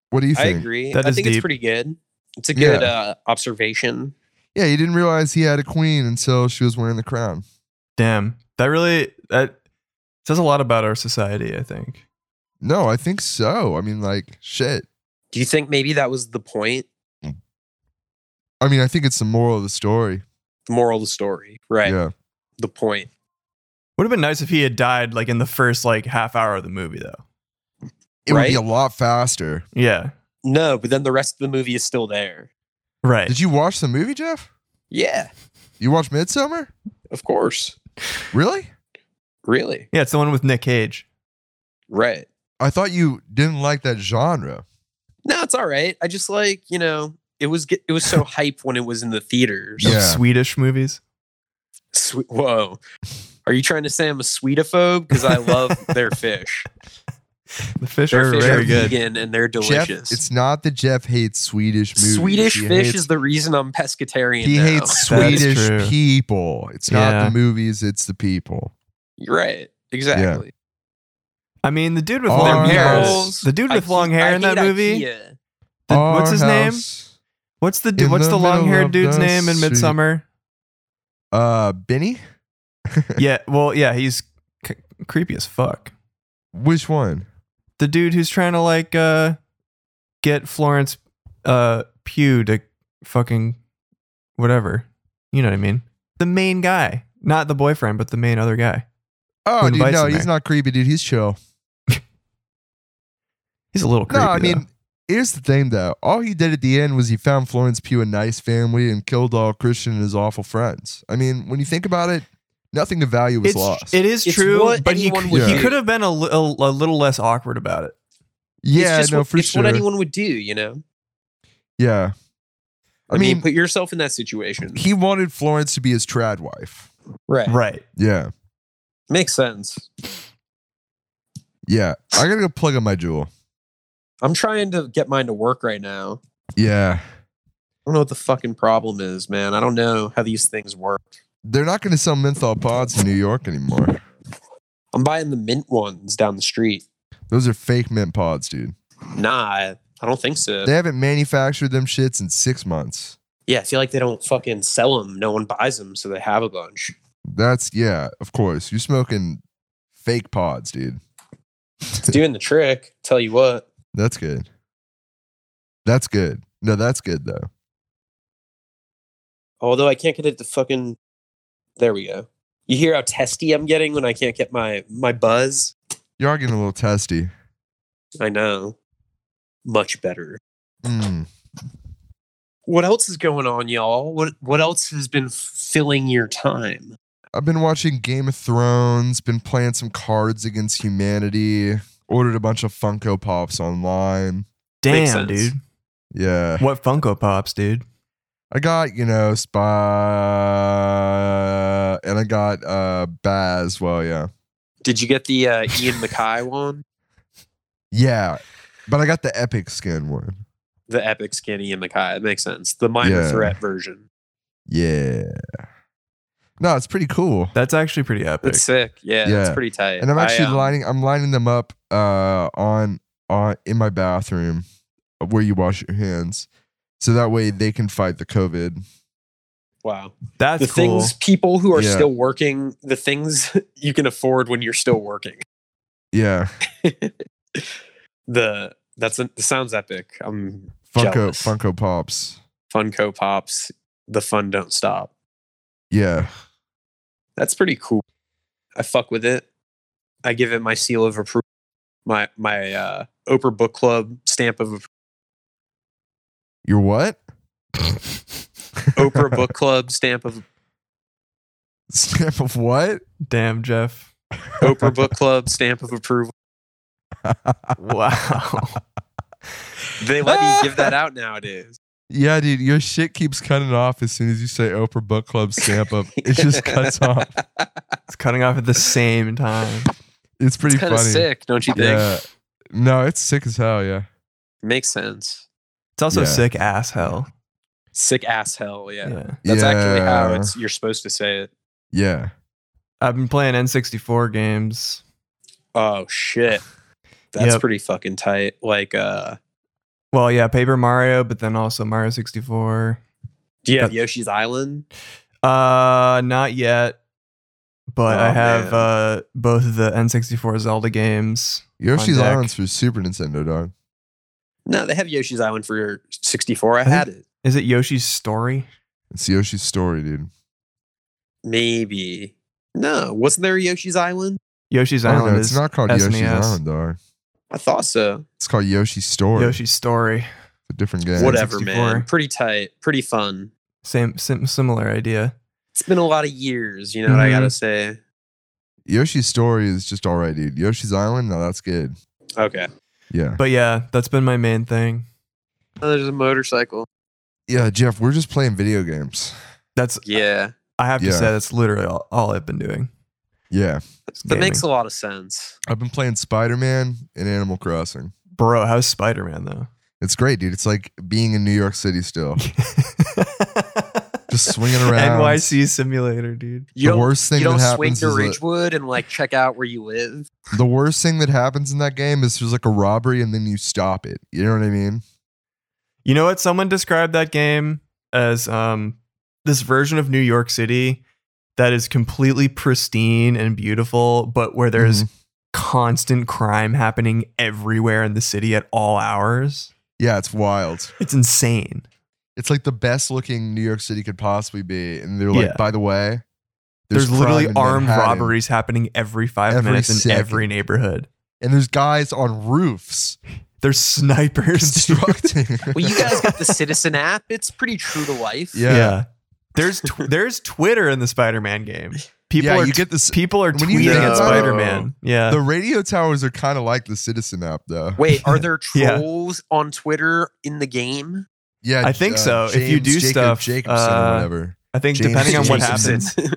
What do you i think? agree That i is think deep. it's pretty good it's a Yeah. good uh, observation Yeah, he didn't realize he had a queen until she was wearing the crown. Damn. That really that says a lot about our society, I think. No, I think so. I mean, like, shit. do you think maybe that was the point I mean, I think it's the moral of the story. the moral of the story right Yeah. the point Would have been nice if he had died like in the first like half hour of the movie though. It would be Right? a lot faster. Yeah. no but then the rest of the movie is still there Right. Did you watch the movie, Jeff? yeah You watched Midsummer? of course Really? really yeah, it's the one with Nick Cage. right I thought you didn't like that genre. no it's all right i just like you know it was ge- it was so hype when it was in the theaters Yeah. Those Swedish movies. Swe- Whoa. Are you trying to say I'm a sweetophobe? Because I love their fish. The fish Their are fish very are good. vegan and they're delicious. Jeff, it's not that Jeff hates Swedish movies. Swedish He fish hates- is the reason I'm pescatarian. He now. hates That is true. Swedish people. It's not Yeah. the movies, it's the people. You're right. Exactly. I mean, the dude with All long our hair. house. The dude I with long hate- hair I in that hate movie. IKEA. The- Our what's his name? house, What's the du- In what's the the, middle long haired of dude's the name in street. Midsummer? Uh, Benny? yeah, well, yeah, he's c- creepy as fuck. Which one? The dude who's trying to like uh get Florence uh Pugh to fucking whatever. You know what I mean? The main guy, not the boyfriend, but the main other guy. Oh, Who dude, invites no, him he's there? not creepy, dude. He's chill. He's a little creepy. No, I mean, here's the thing though. All he did at the end was he found Florence Pugh a nice family and killed all Christian and his awful friends. I mean, when you think about it, nothing of value though. was it's lost. it is It's true, what but he, anyone c- would he do. could have been a, li- a, a little less awkward about it. yeah, it's just no, what, for it's sure. what anyone would do, you know? yeah, I, I, mean, mean, put yourself in that situation. he wanted Florence to be his trad wife. right. Right. Yeah, Makes sense. yeah. I gotta go plug in my jewel. I'm trying to get mine to work right now. Yeah, I don't know what the fucking problem is, man. I don't know how these things work. they're not gonna sell menthol pods in New York anymore. I'm buying the mint ones down the street. Those are fake mint pods, dude. Nah, I- I don't think so. They haven't manufactured them shits in six months. Yeah, I feel like they don't fucking sell them. No one buys them, so they have a bunch. That's yeah, of course. You're smoking fake pods, dude. It's doing the trick. Tell you what. That's good. That's good. No, that's good though. Although I can't get it to fucking. There we go. You hear how testy I'm getting when I can't get my my buzz. You are getting a little testy. I know. Much better. Mm. What else is going on, y'all? What what else has been filling your time? I've been watching Game of Thrones, been playing some cards against humanity. ordered a bunch of Funko Pops online. Makes sense. Damn, dude. Yeah. What Funko Pops, dude? I got, you know, Spy and I got uh Baz as well, yeah. Did you get the uh, Ian Mackay one? Yeah. But I got the epic skin one. The epic skin Ian Mackay. It makes sense. The minor Yeah. threat version. Yeah. No, it's pretty cool. That's actually pretty epic. That's sick. Yeah, Yeah. that's pretty tight. And I'm I, actually um, lining I'm lining them up uh on on in my bathroom where you wash your hands. So that way they can fight the COVID. Wow. That's The cool. things people who are Yeah. still working, the things you can afford when you're still working. Yeah. The that's a, sounds epic. I'm Funko Jealous. Funko Pops. Funko Pops. The fun don't stop. Yeah. That's pretty cool. I fuck with it. I give it my seal of approval. My my uh Oprah Book Club stamp of Your what? Oprah Book Club stamp of Stamp of what? Damn, Jeff. Oprah Book Club stamp of approval. Wow. They let me give that out nowadays. Yeah, dude, your shit keeps cutting off as soon as you say Oprah Book Club stamp up. It just cuts off. it's cutting off at the same time. It's pretty it's kind funny. of sick, don't you think? Yeah. No, it's sick as hell, yeah. Makes sense. It's also Yeah. sick ass hell. Sick ass hell, yeah. Yeah. That's actually how Yeah. it's you're supposed to say it. Yeah. I've been playing N64 games. Oh shit. That's Yep. pretty fucking tight. Like uh Well, yeah, Paper Mario, but then also Mario 64. do you have But- Yoshi's Island? Uh, not yet, but Oh, I have man. uh both of the N64 Zelda games. Yoshi's deck. Island's for Super Nintendo, dog. No, they have Yoshi's Island for your 64. I, I think- had it. Is it Yoshi's Story? It's Yoshi's story, dude. Maybe. No, wasn't there a Yoshi's Island? Yoshi's I don't Island know. is Oh, It's not called E Yoshi's SNES. Island, dog. I thought so. It's called Yoshi's story. Yoshi's Story. It's a different game. Whatever, 64. man. Pretty tight, pretty fun. Same, sim- similar idea. It's been a lot of years, you know what I Mhm. gotta say. Yoshi's story is just all right, dude. Yoshi's Island, no, that's good. Okay. Yeah. But yeah, that's been my main thing. Oh, there's a motorcycle. Yeah, Jeff, we're just playing video games. That's Yeah. I have to Yeah. say that's literally all, all I've been doing. Yeah. is That makes a gaming. lot of sense. I've been playing Spider Man and Animal Crossing. bro. How's Spider Man though? It's great, dude. It's like being in New York City still. Just swinging around. NYC simulator, dude. You the don't, worst thing you that don't swing happens to is that- Ridgewood and like check out where you live. the worst thing that happens in that game is there's like a robbery and then you stop it. You know what I mean? You know what? Someone described that game as um, this version of New York City that is completely pristine and beautiful, but where there's Mhm. constant crime happening everywhere in the city at all hours. Yeah, it's wild. It's insane. It's like the best looking New York City could possibly be. And they're like, Yeah. by the way, There's, crime literally in armed Manhattan." robberies happening every five Every minutes in second. every neighborhood. And there's guys on roofs There's snipers. dude. constructing. Well, you guys got the Citizen app. It's pretty true to life. Yeah. Yeah. There's tw- there's Twitter in the Spider-Man game. People yeah, are you get this. people are When tweeting you uh, think at about it- Spider-Man. Yeah. The radio towers are kind of like the Citizen app, though. Wait, are there Yeah. trolls on Twitter in the game? Yeah, uh, I think so. If you do Jacob stuff, Jacobson or uh, whatever. I think James- depending on what Jameson. happens,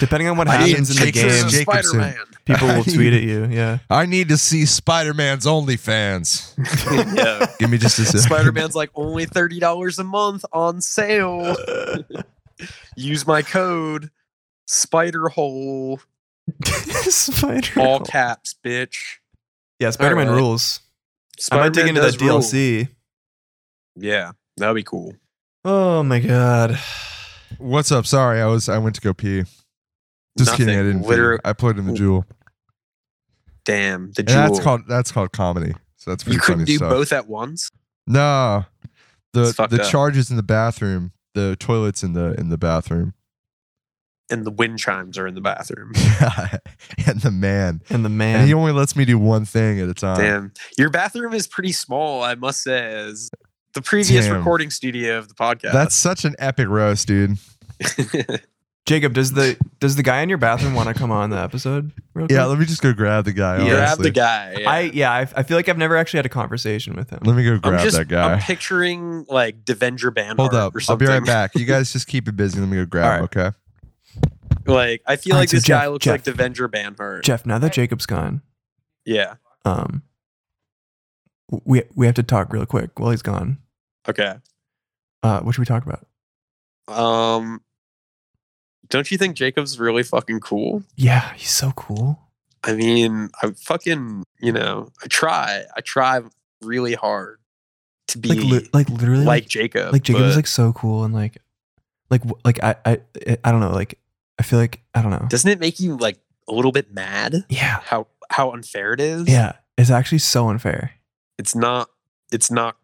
depending on what I need happens in the Jameson. game, Jameson. Spider-Man. people will I need- tweet at you. Yeah. I need to see Spider Man's OnlyFans. yeah. Give me just a second. Spider-Man's like only thirty dollars a month on sale. Use my code Spiderhole, Spider. all caps, bitch. yeah, Spider-Man Alright. rules. I Spider-Man might dig into that does rule. DLC. Yeah, that'd be cool. Oh my god. What's up? Sorry, I was I went to go pee. Just kidding. I Nothing. didn't. pee. Liter- I played in the jewel. Damn, the And jewel. that's called that's called comedy. So that's pretty you couldn't funny do stuff. both at once. No, It's the fucked the up. charges in the bathroom. The toilets in the in the bathroom. and the wind chimes are in the bathroom. and the man. And the man. And he only lets me do one thing at a time. Damn, your bathroom is pretty small, I must say. As the previous Damn. recording studio of the podcast, That's such an epic roast, dude. Jacob, does the does the guy in your bathroom want to come on the episode? Real Yeah, let me just go grab the guy. Yeah. Grab the honestly. guy. I yeah, I, I feel like I've never actually had a conversation with him. Let me go I'm grab just that guy. I'm picturing like Devendra Banhart Hold up. or I'll be something. right back. You guys just keep it busy. Let me go grab him, okay? Like I feel All right, like so this Jeff- guy looks like Devendra Banhart. Jeff, now that Jacob's gone, Yeah. um, we we have to talk real quick while he's gone. Okay. Uh, what should we talk about? Um Don't you think Jacob's really fucking cool? Yeah, he's so cool. I mean, I fucking, you know, I try. I try really hard to be Like li- like literally like Jacob. like Jacob's but like so cool and like like w- like I I I don't know like I feel like I don't know. doesn't it make you like a little bit mad yeah, how how unfair it is? yeah, it's actually so unfair. It's not it's not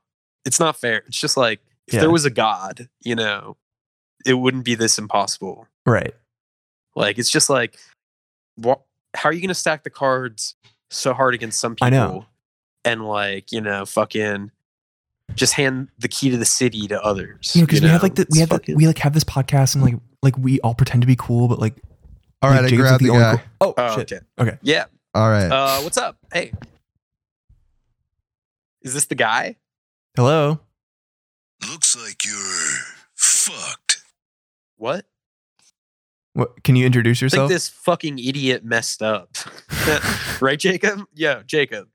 it's not fair. It's just like if Yeah. there was a god, you know, it wouldn't be this impossible. Right. Like it's just like what how are you going to stack the cards so hard against some people I know. and like, you know, fucking just hand the key to the city to others. You know, because we know? have like the, It's we have the, fucking- we like have this podcast and like like we all pretend to be cool, but like All right, I grabbed the, guy. Oh, Oh, shit! okay. Okay. Yeah. All right. Uh, what's up? Hey. Is this the guy? Hello. Looks like you're fucked. What? What, can you introduce I think yourself? this fucking idiot messed up. right, Jacob? Yo, Jacob.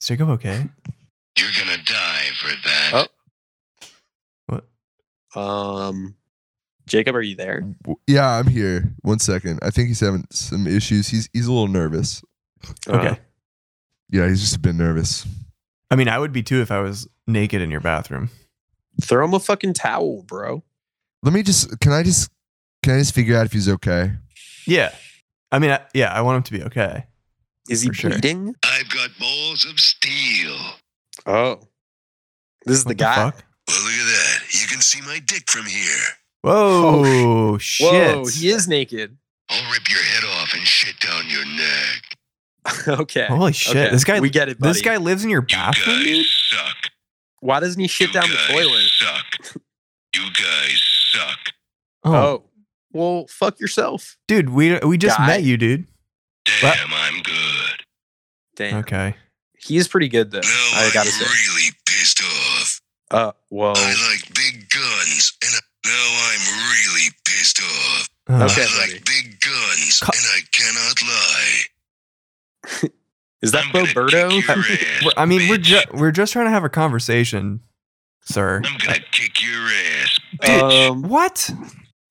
Is Jacob okay? You're gonna die for that. Oh. Um Jacob, are you there? Mm, W- Yeah, I'm here. One second. I think he's having some issues. He's he's a little nervous. Okay. Uh, Yeah, he's just been nervous. I mean, I would be too if I was naked in your bathroom. throw him a fucking towel, bro. Let me just can I just can I just figure out if he's okay? Yeah. I mean, I, yeah, I want him to be okay. Is he For sure. bleeding? I've got balls of steel. Oh. This is the What guy. fuck? Well, look at that. You can see my dick from here. Whoa, shit. Oh, Whoa, he is naked. I'll rip your head off and shit down your neck. okay. Holy shit. Okay. This guy we get it, buddy. this guy lives in your You bathroom, guys dude? suck. why doesn't he shit you down guys the toilet? Suck. You guys suck. Oh, Oh. Well, fuck yourself. dude, we we just Guy? met you, dude. What? Damn, I'm good. Damn. Okay. He is pretty good though. Now I gotta I'm say. really pissed off. Uh, whoa. Oh. I like big guns, and I- now I'm really pissed off. Oh, Okay. I buddy. like big guns, Co- and I cannot lie. Is that I'm Bo gonna Birdo? kick your ass, We're- I mean, we're bitch. ju- we're just trying to have a conversation, sir. I'm gonna kick your ass. Bitch. Um, what?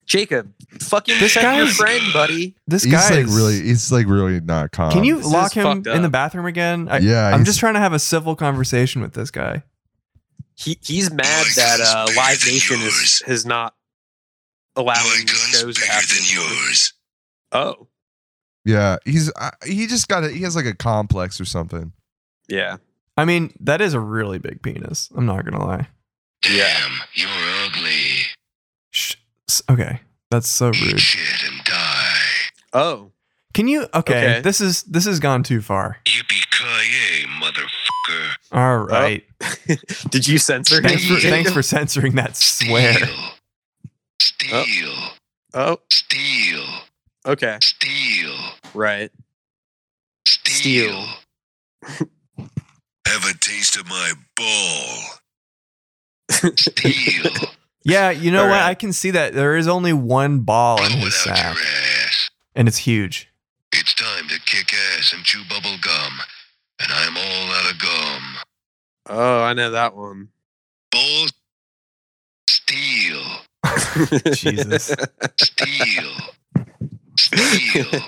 Jacob, fucking This check guy your is- friend, buddy. This he's guy like is really he's like really not calm. Can you This lock is him fucked in the up. bathroom again? I, yeah, I'm he's- just trying to have a civil conversation with this guy. He he's mad My that gun's uh, bigger Live than Nation is yours. has not My allowing gun's shows to bigger happen. than yours. Oh, Yeah, he's I, he just got a, he has like a complex or something. yeah. I mean, that is a really big penis. I'm not gonna lie. Yeah. Damn, you're ugly. Sh- s- okay, that's so Eat rude. shit and die. Oh, Can you? Okay, Okay. this is this has gone too far. Yippee ki motherfucker. Oh. All right. did you censor him? Thanks for Jacob? thanks for censoring that swear. Steal. Steal. Oh, Steal. okay, Steal. right. Steal. Steal. Have a taste of my ball. Steal. Yeah, you know All what? right. I can see that there is only one ball in Go his without sack, your ass. and it's huge. It's time to kick ass and chew bubble gum, and I'm all out of gum. Oh, I know that one. Bull steel, Jesus. steel, steel,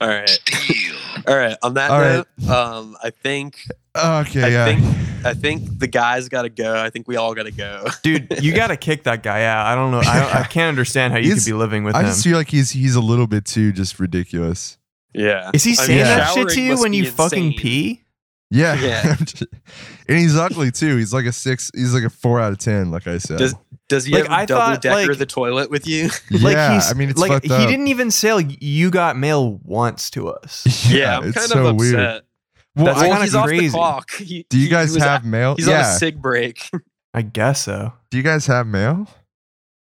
All right. steel. All right. On that All right. note, um, I think Okay, I yeah. think I think the guy's got to go. I think we all got to go. Dude, you gotta kick that guy out. I don't know. I, don't, I can't understand how you He's- could be living with I him. just feel like he's he's a little bit too just ridiculous. Yeah. Is he I saying mean, that shit showering to you must when be you fucking insane. pee? Yeah, Yeah. and he's ugly too. He's like a six. He's like a four out of ten. Like I said, Does- Does he Like, ever I double thought, decker like- the toilet with you? yeah. like he's I mean, it's like fucked he up. didn't even say like, you got mail once to us. Yeah, Yeah, I'm it's kind so of upset. weird. Well, That's I- kinda he's off crazy. the clock. He- do you he- he guys was have a- mail? he's on a Yeah, sig break. I guess so. do you guys have mail?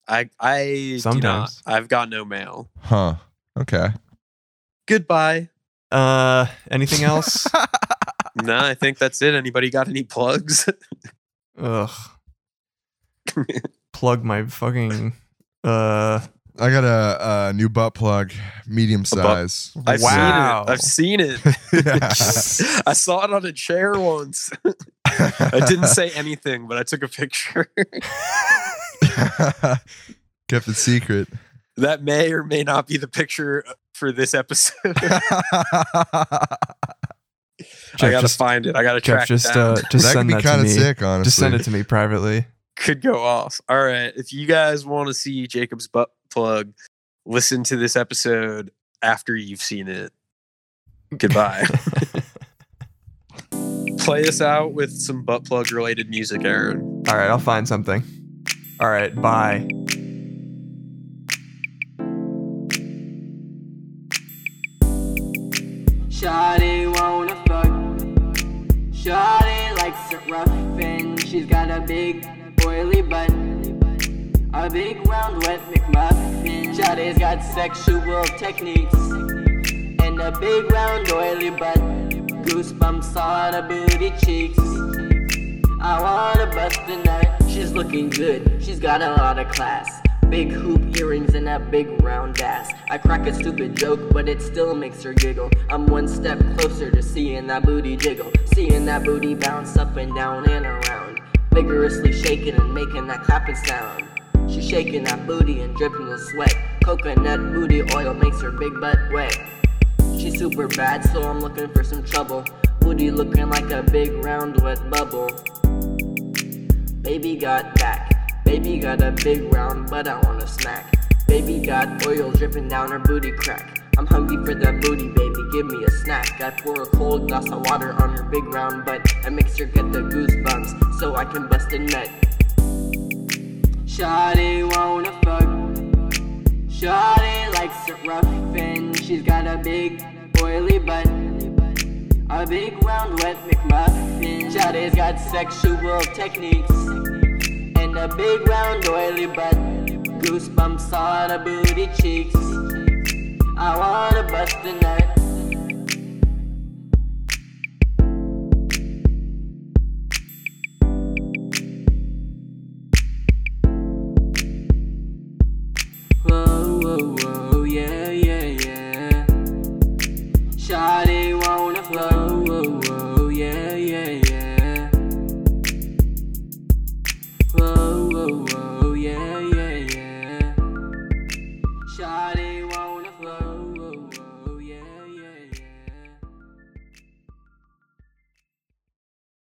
I I Sometimes. Sometimes. do not. I've got no mail. Huh. Okay. Goodbye. Uh, anything else? no, I think that's it. Anybody got any plugs? Ugh. Plug my fucking. Uh, I got a, a new butt plug, medium butt- size. I've Wow. seen it. I've seen it. I saw it on a chair once. I didn't say anything, but I took a picture. Kept it secret. that may or may not be the picture for this episode. I Jeff, gotta just- find it. I gotta Jeff, track just it down. uh, just that send could that be to kind me. of sick, honestly. Just send it to me privately. Could go off. All right. If you guys want to see Jacob's butt plug, listen to this episode after you've seen it. Goodbye. Play us out with some butt plug related music, Aaron. All right, I'll find something. All right, bye. Shawty wanna fuck. Shawty likes it rough and she's got a big oily butt. A big round wet McMuffin. Shawty's got sexual techniques and a big round oily butt. Goosebumps on her booty cheeks. I wanna bust a nut. She's looking good. She's got a lot of class. Big hoop earrings and that big round ass. I crack a stupid joke, but it still makes her giggle. I'm one step closer to seeing that booty jiggle. Seeing that booty bounce up and down and around. Vigorously shaking and making that clapping sound. She's shaking that booty and dripping with sweat. Coconut booty oil makes her big butt wet. She's super bad, so I'm looking for some trouble. Booty looking like a big round wet bubble. Baby got back. Baby got a big round, but I wanna smack. Baby got oil dripping down her booty crack. I'm hungry for that booty, baby, give me a snack. I pour a cold glass of water on her big round butt. I makes her get the goosebumps, so I can bust a nut. Shawty wanna fuck. Shawty likes it rough and she's got a big oily butt. A big round wet McMuffin. Shawty's got sexual techniques and a big round oily butt. Goosebumps on her booty cheeks. I wanna bust a nut. Whoa, whoa, whoa.